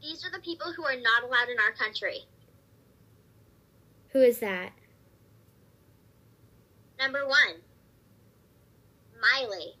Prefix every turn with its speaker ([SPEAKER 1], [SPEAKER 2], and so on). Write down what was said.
[SPEAKER 1] These are the people who are not allowed in our country.
[SPEAKER 2] Who is that?
[SPEAKER 1] Number one, Miley.